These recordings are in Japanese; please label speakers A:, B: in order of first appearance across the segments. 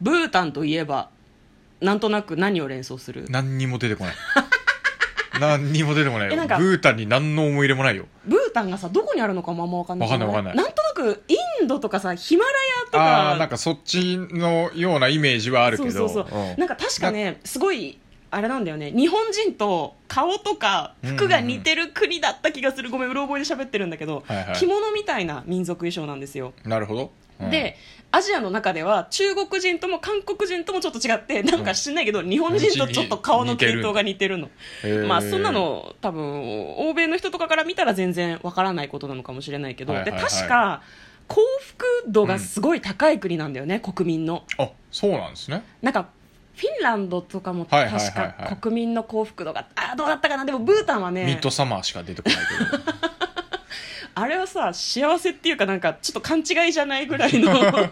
A: ブータンといえばなんとなく何を連想する
B: 何にも出てこない 何にも出てこない
A: え
B: よ
A: な
B: ブ
A: んか
B: ータンに何の思い入れもないよ
A: ブータンがさどこにあるのかもあんま分かんない
B: わかんないわかんない
A: なんとなくインドとかさヒマラヤとか
B: ああーなんかそっちのようなイメージはあるけど
A: そうそうそう、
B: うん
A: なんか確かねすごいあれなんだよね日本人と顔とか服が似てる国だった気がする、ごめんうろ覚えで喋ってるんだけど、
B: はいはい
A: 着物みたいな民族衣装なんですよ、
B: なるほど、うん
A: でアジアの中では中国人とも韓国人ともちょっと違ってなんか知んないけど、日本人とちょっと顔の系統が似てるの
B: へー
A: まあそんなの多分欧米の人とかから見たら全然わからないことなのかもしれないけど、
B: はいはいはい
A: で確か幸福度がすごい高い国なんだよね、国民の
B: あそうなんですね
A: なんかフィンランドとかも
B: はい
A: 確
B: はいはいはい
A: か国民の幸福度が、あーどうだったかなでもブータンは
B: ミッ
A: ね
B: ドサマーしか出てこない けど
A: あれはさ幸せっていうかなんかちょっと勘違いじゃないぐら いの まあ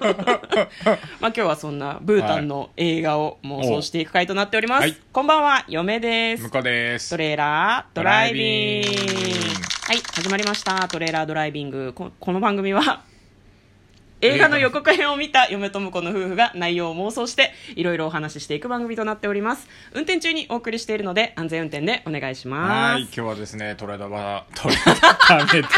A: 今日はそんなブータンの映画を妄想していく回となっております、
B: はい
A: こんばんは嫁です
B: 向こうです
A: トレーラードライビング
B: ドライビング
A: はい始まりましたトレーラードライビングここの番組は映画の予告編を見た嫁と婿の夫婦が内容を妄想していろいろお話ししていく番組となっております運転中にお送りしているので安全運転でお願いします
B: はい今日はですねトレドラトレドラダメだ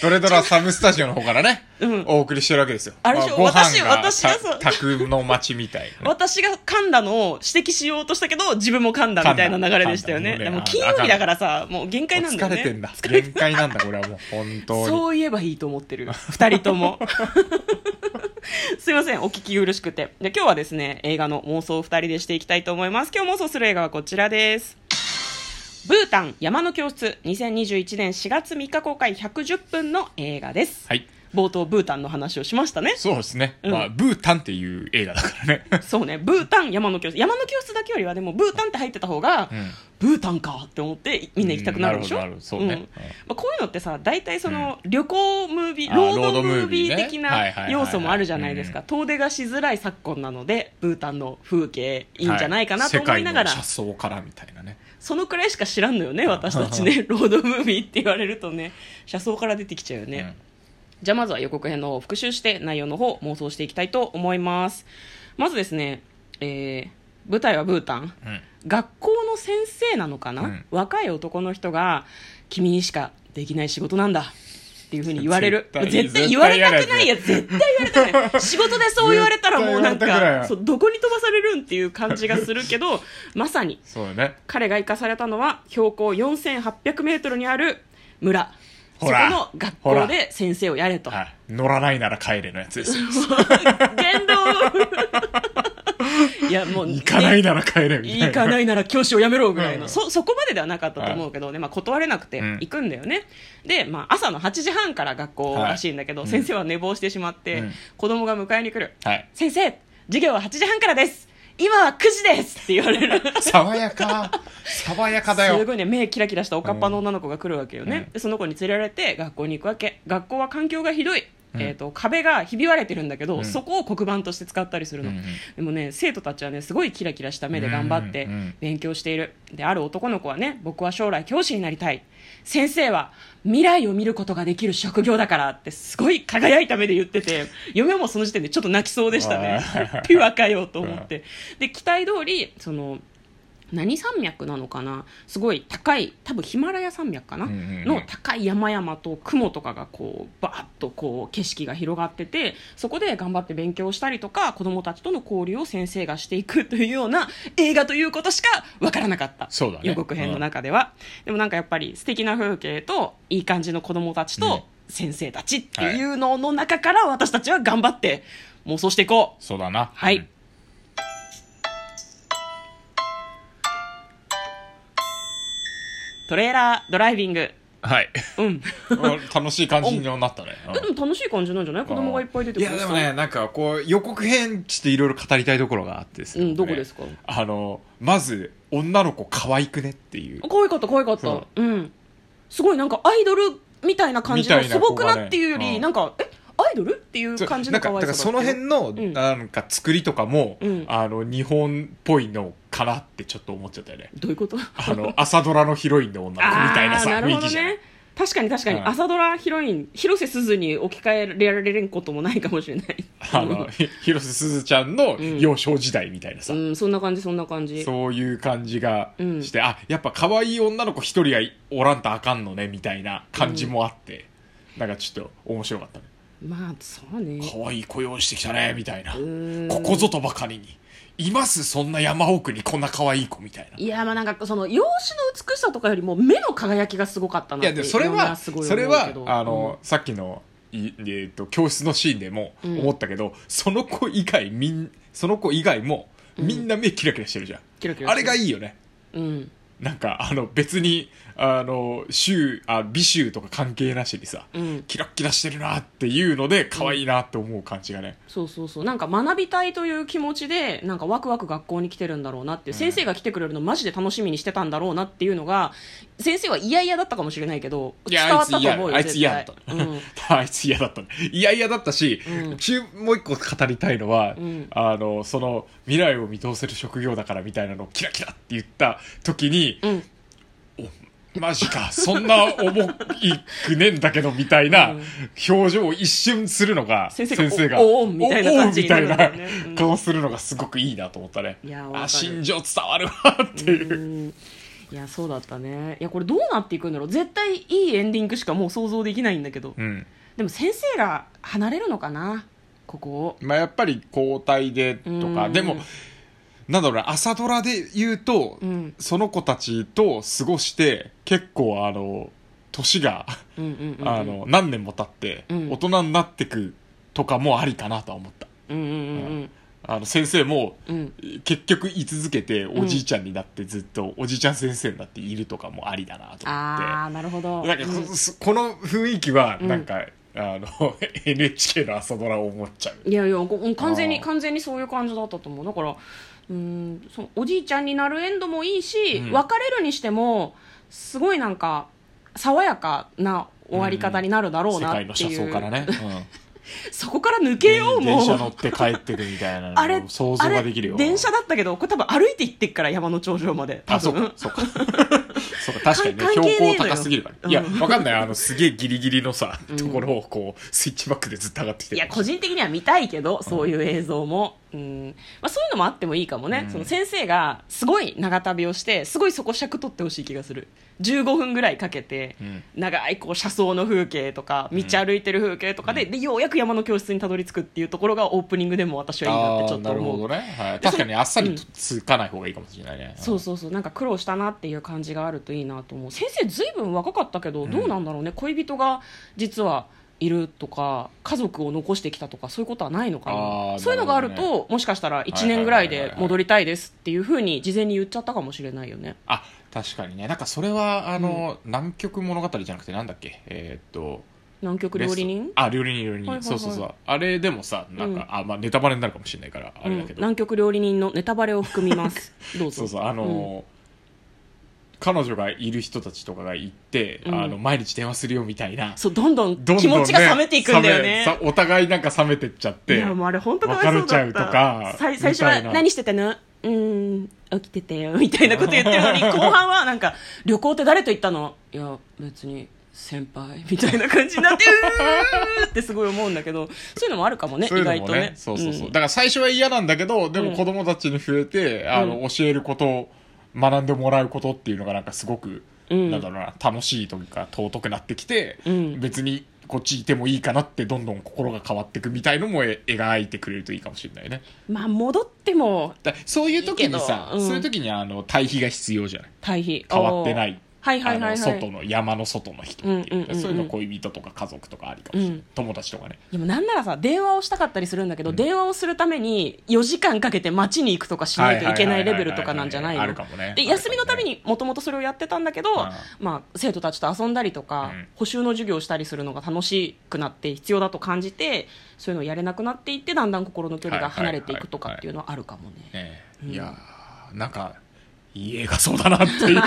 B: トレドラサムスタジオの方からね、
A: うん
B: お送りしてるわけですよ
A: あれでしょ私私がそう
B: た宅の街 みたいな
A: 私が噛んだのを指摘しようとしたけど自分も噛んだみたいな流れでしたよね
B: 噛んだ
A: でも
B: 噛んだ
A: 金曜日だからさもう限界なんだよ
B: 疲
A: ね
B: れてんだ限界なんだこれはもう本当に
A: そう言えばいいと思ってる二人と もすいませんお聞き苦しくてで今日はですね映画の妄想を二人でしていきたいと思います今日妄想する映画はこちらですブータン山の教室2021年4月3日公開110分の映画です
B: はい
A: 冒頭ブータンの話をしましたね
B: そうですね、
A: うん
B: まあブータンっていう映画だからね
A: そうねブータン山の教室山の教室だけよりはでもブータンって入ってた方が、
B: うん
A: ブータンかって思ってみんな行きたくなるでしょ、
B: うんなるほどなるほどそうねうん
A: まあ、こういうのってさ大体その旅行ムービー、
B: あ
A: ロー
B: ロー
A: ド
B: ド
A: ム
B: ム
A: ー
B: ー
A: ビ
B: ビ
A: ー
B: ーね
A: 的
B: はい
A: な
B: はいはいはい
A: 要素もあるじゃないですか遠出がしづらい昨今なのでブータンの風景 いいんじゃないかなと思いながら、
B: は世界の車窓からみたいなね
A: そのくらいしか知らんのよね私たち ねロードムービーって言われるとね車窓から出てきちゃうよね、
B: うん
A: じゃあまずは予告編の方を復習して内容の方を妄想していきたいと思いますまずですね、えー舞台はブータン
B: うん
A: 学校の先生なのかな、
B: うん
A: 若い男の人が「君にしかできない仕事なんだ」っていうふうに言われる
B: 絶対
A: 絶対
B: 絶対
A: 言われたくないやつ絶対言われたくない仕事でそう言われたらもうなん
B: 絶対言われたく
A: か
B: ない
A: そうどこに飛ばされるんっていう感じがするけ どまさに
B: そうだね
A: 彼が生かされたのは標高4 8 0 0ルにある村そこ
B: ほら
A: の学校で先生をやれと
B: はい乗らないなら帰れのやつですよ
A: 言動 いやもう
B: 行かないなら帰れみたいな
A: 行かないなら教師を辞めろぐらいの、
B: うん
A: そそこまでではなかったと思うけど、でまあ、断れなくて
B: うん
A: 行くんだよね、で、まあ、朝の8時半から学校らしいんだけど、
B: はい
A: 先生は寝坊してしまって、
B: うん
A: 子供が迎えに来る、
B: はい
A: 先生授業は8時半からです今は9時ですって言われる
B: 爽やか爽やかだ
A: す
B: よ
A: ごいね目キラキラしたおかっぱの女の子が来るわけよね、
B: うん
A: でその子に連れられて学校に行くわけ学校は環境がひどい、えー、と壁がひび割れてるんだけど、
B: うん
A: そこを黒板として使ったりするの、
B: うんうん
A: でもね生徒たちはねすごいキラキラした目で頑張って
B: うんうんうん
A: 勉強しているである男の子はね僕は将来教師になりたい先生は未来を見ることができる職業だからってすごい輝いた目で言ってて嫁もその時点でちょっと泣きそうでしたね
B: わあ
A: ピュアかよと思ってで期待通りその何山脈なのかなすごい高い多分ヒマラヤ山脈かな、
B: うんうんうん
A: の高い山々と雲とかがこうバーッとこう景色が広がっててそこで頑張って勉強したりとか子どもたちとの交流を先生がしていくというような 映画ということしかわからなかった
B: そうだね
A: 予告編の中では、でもなんかやっぱり素敵な風景といい感じの子どもたち
B: うん
A: と先生たちっていうのの中から私たちは頑張って妄想していこう
B: そうだな
A: はい、
B: うん
A: トレーラードライビング
B: はい
A: うん
B: 楽しい感じになったねうん
A: えでも楽しい感じなんじゃない子供がいっぱい出て
B: い
A: く
B: や
A: る
B: でもねなんかこう予告編ちょっといろいろ語りたいところがあってです
A: う
B: ね
A: んどこですか
B: あのまず女の子可愛くねっていう
A: 可愛かった可愛かっ
B: そ
A: たうんすごいなんかアイドルみたいな感じの
B: みたい
A: 素
B: な子
A: 朴
B: がね
A: なっていうより、
B: うん
A: なんかえアイドルっていう感じの
B: なんか
A: 可
B: だ
A: 愛
B: か
A: さだ
B: ら
A: った
B: その辺の
A: うん
B: なんか作りとかも、
A: うん
B: あの日本っぽいのかな ってちょっと思っちゃったよね
A: どういうこと
B: あの朝ドラのヒロインの女の子みたいな
A: あー
B: さ
A: なる
B: 雰囲
A: ほど
B: 気じゃん
A: ね確かに確かに、
B: はい
A: 朝ドラヒロイン広瀬すずに置き換えられることもないかもしれない
B: あの、ひ広瀬すずちゃんの幼少時代みたいな
A: う
B: さ、
A: んそんな感じそんな感じ
B: そういう感じがして、あ、やっぱ可愛い女の子一人がおらんとあかんのね、みたいな感じもあって、なんかちょっと面白かったね。
A: まあそうね
B: 可愛い子用意してきたね、みたいな。
A: ん
B: ここぞとばかりに。いますそんな山奥にこんな可愛い子みたいな。い
A: いやまあなんかその容姿の美しさとかよりも目の輝きがすごかったな
B: や、
A: って
B: でもそれ
A: いろんな
B: は、
A: すごい
B: それ
A: 思う
B: は
A: けど、
B: あの、さっきの、いえっと、教室のシーンでも
A: うん
B: 思ったけど、その子以外、みん、その子以外も、みんな目キラキラしてるじゃん。
A: キラキラ
B: あれが
A: い
B: いいよね。
A: うん
B: なんか、あの、別に、あの、州、あ、美州とか関係なしにさ、
A: うん
B: キラッキラしてるなっていうので、可愛いなって思う感じがね。
A: そうそうそうなんか学びたいという気持ちでなんかワクワク学校に来てるんだろうなっていう、
B: うん
A: 先生が来てくれるのマジで楽しみにしてたんだろうなっていうのが先生は嫌々だったかもしれないけど
B: いや
A: 伝わったと思うよ
B: あいつ嫌だ
A: 絶対うん、
B: あいつ嫌だったね。いや嫌だったし、
A: うん
B: 中もう一個語りたいのは、
A: うん
B: あの、その、未来を見通せる職業だからみたいなのをキラキラって言った時に、
A: うん
B: マジか、そんな重いくねんだけどみたいな
A: うん
B: 表情を一瞬するのが、
A: 先生がお
B: お
A: おんみたいな感じになるんだよね
B: おおみたいな
A: うん
B: 顔するのがすごくいいなと思ったね。
A: いやわかる
B: あ、心情伝わるわっていう。
A: うんいやそうだったねいやこれどうなっていくんだろう絶対いいエンディングしかもう想像できないんだけど、
B: うん。
A: でも先生が離れるのかなここを
B: まあやっぱり交代でと
A: う
B: か、
A: ん
B: でも、なんだろうな、朝ドラで言うと、
A: うん
B: その子たちと過ごして、結構あの、年が、
A: うんうんうんうん
B: あの、何年も経って、
A: うん
B: 大人になってくとかもありかなとは思った。
A: うんうんうん
B: あの、先生も、
A: うんうん
B: 結局居続けて、おじいちゃんになってずっと、おじいちゃん先生になっているとかもありだなと思って。
A: ああなるほど
B: なんかこ、
A: うん
B: すこの雰囲気は、
A: うん
B: なんか、あの、NHK の朝ドラを思っちゃう。
A: いやいやこうん完全に
B: あー
A: 完全にそういう感じだったと思うだからうーんそのおじいちゃんになるエンドもいいし、
B: うん
A: 別れるにしてもすごいなんか爽やかな終わり方になるだろう
B: 世
A: なってい
B: 界
A: う、
B: の車窓からね。うん
A: そこから抜けようも
B: 電車
A: う
B: 乗って帰ってくみたいな
A: あれ
B: のを想像ができるよ
A: あれ電車だったけどこれ多分歩いて行ってっから山の頂上まで多
B: あそう
A: 分
B: かそうか そうか確かにね
A: 関係ねえのよ
B: 標高高すぎるから、いや
A: うん
B: わかんないあのすげえギリギリのさ、
A: うん
B: ところをこうスイッチバックでずっと上がってきて
A: い
B: る
A: や個人的には見たいけどそういう映像も、うんまあ、そういうのもあってもいいかもね、
B: うん
A: その先生がすごい長旅をしてすごいそこ尺取ってほしい気がする15分ぐらいかけて、
B: うん
A: 長いこう車窓の風景とか道歩いてる風景とかで,、でようやく山の教室にたどり着くっていうところがオープニングでも私はいいなってち
B: あ
A: ょ
B: ー
A: っと
B: なる
A: 思
B: ほ
A: う
B: どね、はい、確かにあっさりつかない方がいいかもしれないね、
A: そうそうそうなんか苦労したなっていう感じがあるといいなと思う先生ずいぶん若かったけど
B: ん
A: どうなんだろうね、恋人が実はいるとか家族を残してきたとかそういうことはないのか
B: あーなるほど
A: な
B: ね
A: そういうのがあるともしかしたら
B: は
A: 1
B: いはいはいはい
A: 年ぐらいで戻りたいですっていうふうに事前に言っちゃったかもしれないよね
B: あ確かにねなんかそれはあの、南極物語じゃなくてなんだっけえーっと
A: 南極料理人
B: レストあ料理人料理人、
A: はいはいはい
B: そうそうそうあれでもさなんか、あまあネタバレになるかもしれないからあ
A: う
B: れ
A: ん
B: だけど、
A: 南極料理人のネタバレを含みますどうぞ
B: そうそうあのー彼女がいる人たちとかが行って、
A: うん
B: あの毎日電話するよみたいな
A: そうどんどん
B: どんどんね、
A: 気持ちが冷めていくんだよね
B: 冷めさお互いなんか冷めてっちゃっ
A: い
B: て
A: やもうあれ本当かわいそうだった
B: 別れちゃうとか
A: さい最初
B: み
A: は
B: たいな
A: 何してたのうーん起きててよみたいなこと言ってるのに後半はなんか旅行って誰と行ったのいや別に先輩みたいな感じになってうーってすごい思うんだけどそういうのもあるかもね
B: そう
A: 意
B: いうの
A: 外
B: も
A: とね
B: ねそうそうそ
A: ん
B: う、だから最初は嫌なんだけどで
A: うん
B: も子供たちに増えて、あ
A: う
B: の教えることを学んでもらうことっていうのがなんかすごく、
A: うん
B: なんだろうな楽しいというか尊くなってきて、
A: うん
B: 別にこっちいてもいいかなってどんどん心が変わっていくみたいのもえ描いてくれるといいかもしれないね
A: まあ戻っても
B: だそういう時にさ
A: いいけどうん
B: そういう時にあの対比が必要じゃない
A: 対比
B: 変わってない
A: おーはいはいはい
B: あの
A: はい
B: 外の山の外の人って
A: うんうんうん
B: いうか
A: うん
B: そういうの恋人とか家族とかありかもしれない、
A: うん
B: 友達とかね
A: でもなんならさ電話をしたかったりするんだけど、電話をするために4時間かけて街に行くとかしないといけないレベルとかなんじゃないの
B: あるかもね
A: で休みのたび
B: に
A: にもともとそれをやってたんだけど、
B: ん
A: まあ、生徒たちと遊んだりとか、
B: うん
A: 補習の授業をしたりするのが楽しくなって必要だと感じてそういうのをやれなくなっていってだんだん心の距離が離れていくとかっていうのはあるかもね、
B: ええ
A: うん
B: いやーなんかいい映画そうだなっていう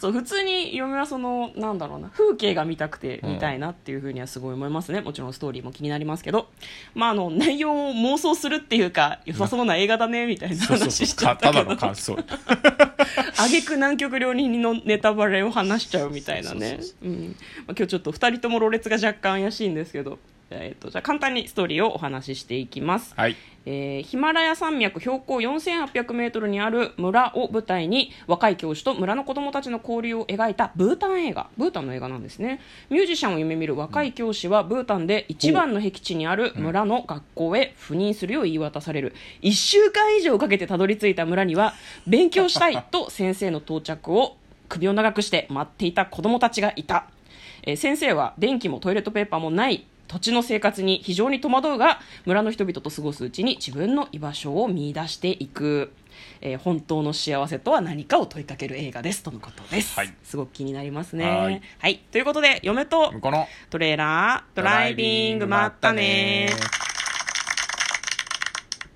A: そう普通に嫁はそのなんだろうな風景が見たくて
B: うん
A: 見たいなっていうふうにはすごい思いますね、もちろんストーリーも気になりますけど、まあ、あの内容を妄想するっていうか良さそうな映画だねみたいな
B: そうそう
A: 話
B: そ
A: し
B: う
A: ちゃ
B: た
A: った
B: た
A: け
B: だ
A: ど
B: の感想
A: 挙句南極料理人のネタバレを話しちゃうみたいなね
B: そうそう
A: うんまあ今日ちょっと2人ともろれつが若干怪しいんですけど、えー、とじゃあ簡単にストーリーをお話ししていきます
B: はい
A: えーヒマラヤ山脈標高4800メートルにある村を舞台に若い教師と村の子供たちの交流を描いたブータン映画ブータンの映画なんですねミュージシャンを夢見る若い教師はブータンで一番の僻地にある村の学校へ赴任するよう言い渡される1週間以上かけてたどり着いた村には勉強したいと先生の到着を首を長くして待っていた子供たちがいたえー先生は電気もトイレットペーパーもない土地の生活に非常に戸惑うが村の人々と過ごすうちに自分の居場所を見出していく、えー本当の幸せとは何かを問いかける映画ですとのことです、
B: はい
A: すごく気になりますねは
B: はいい
A: ということで嫁と
B: 向こうの
A: トレーラードライビングまったね
B: ー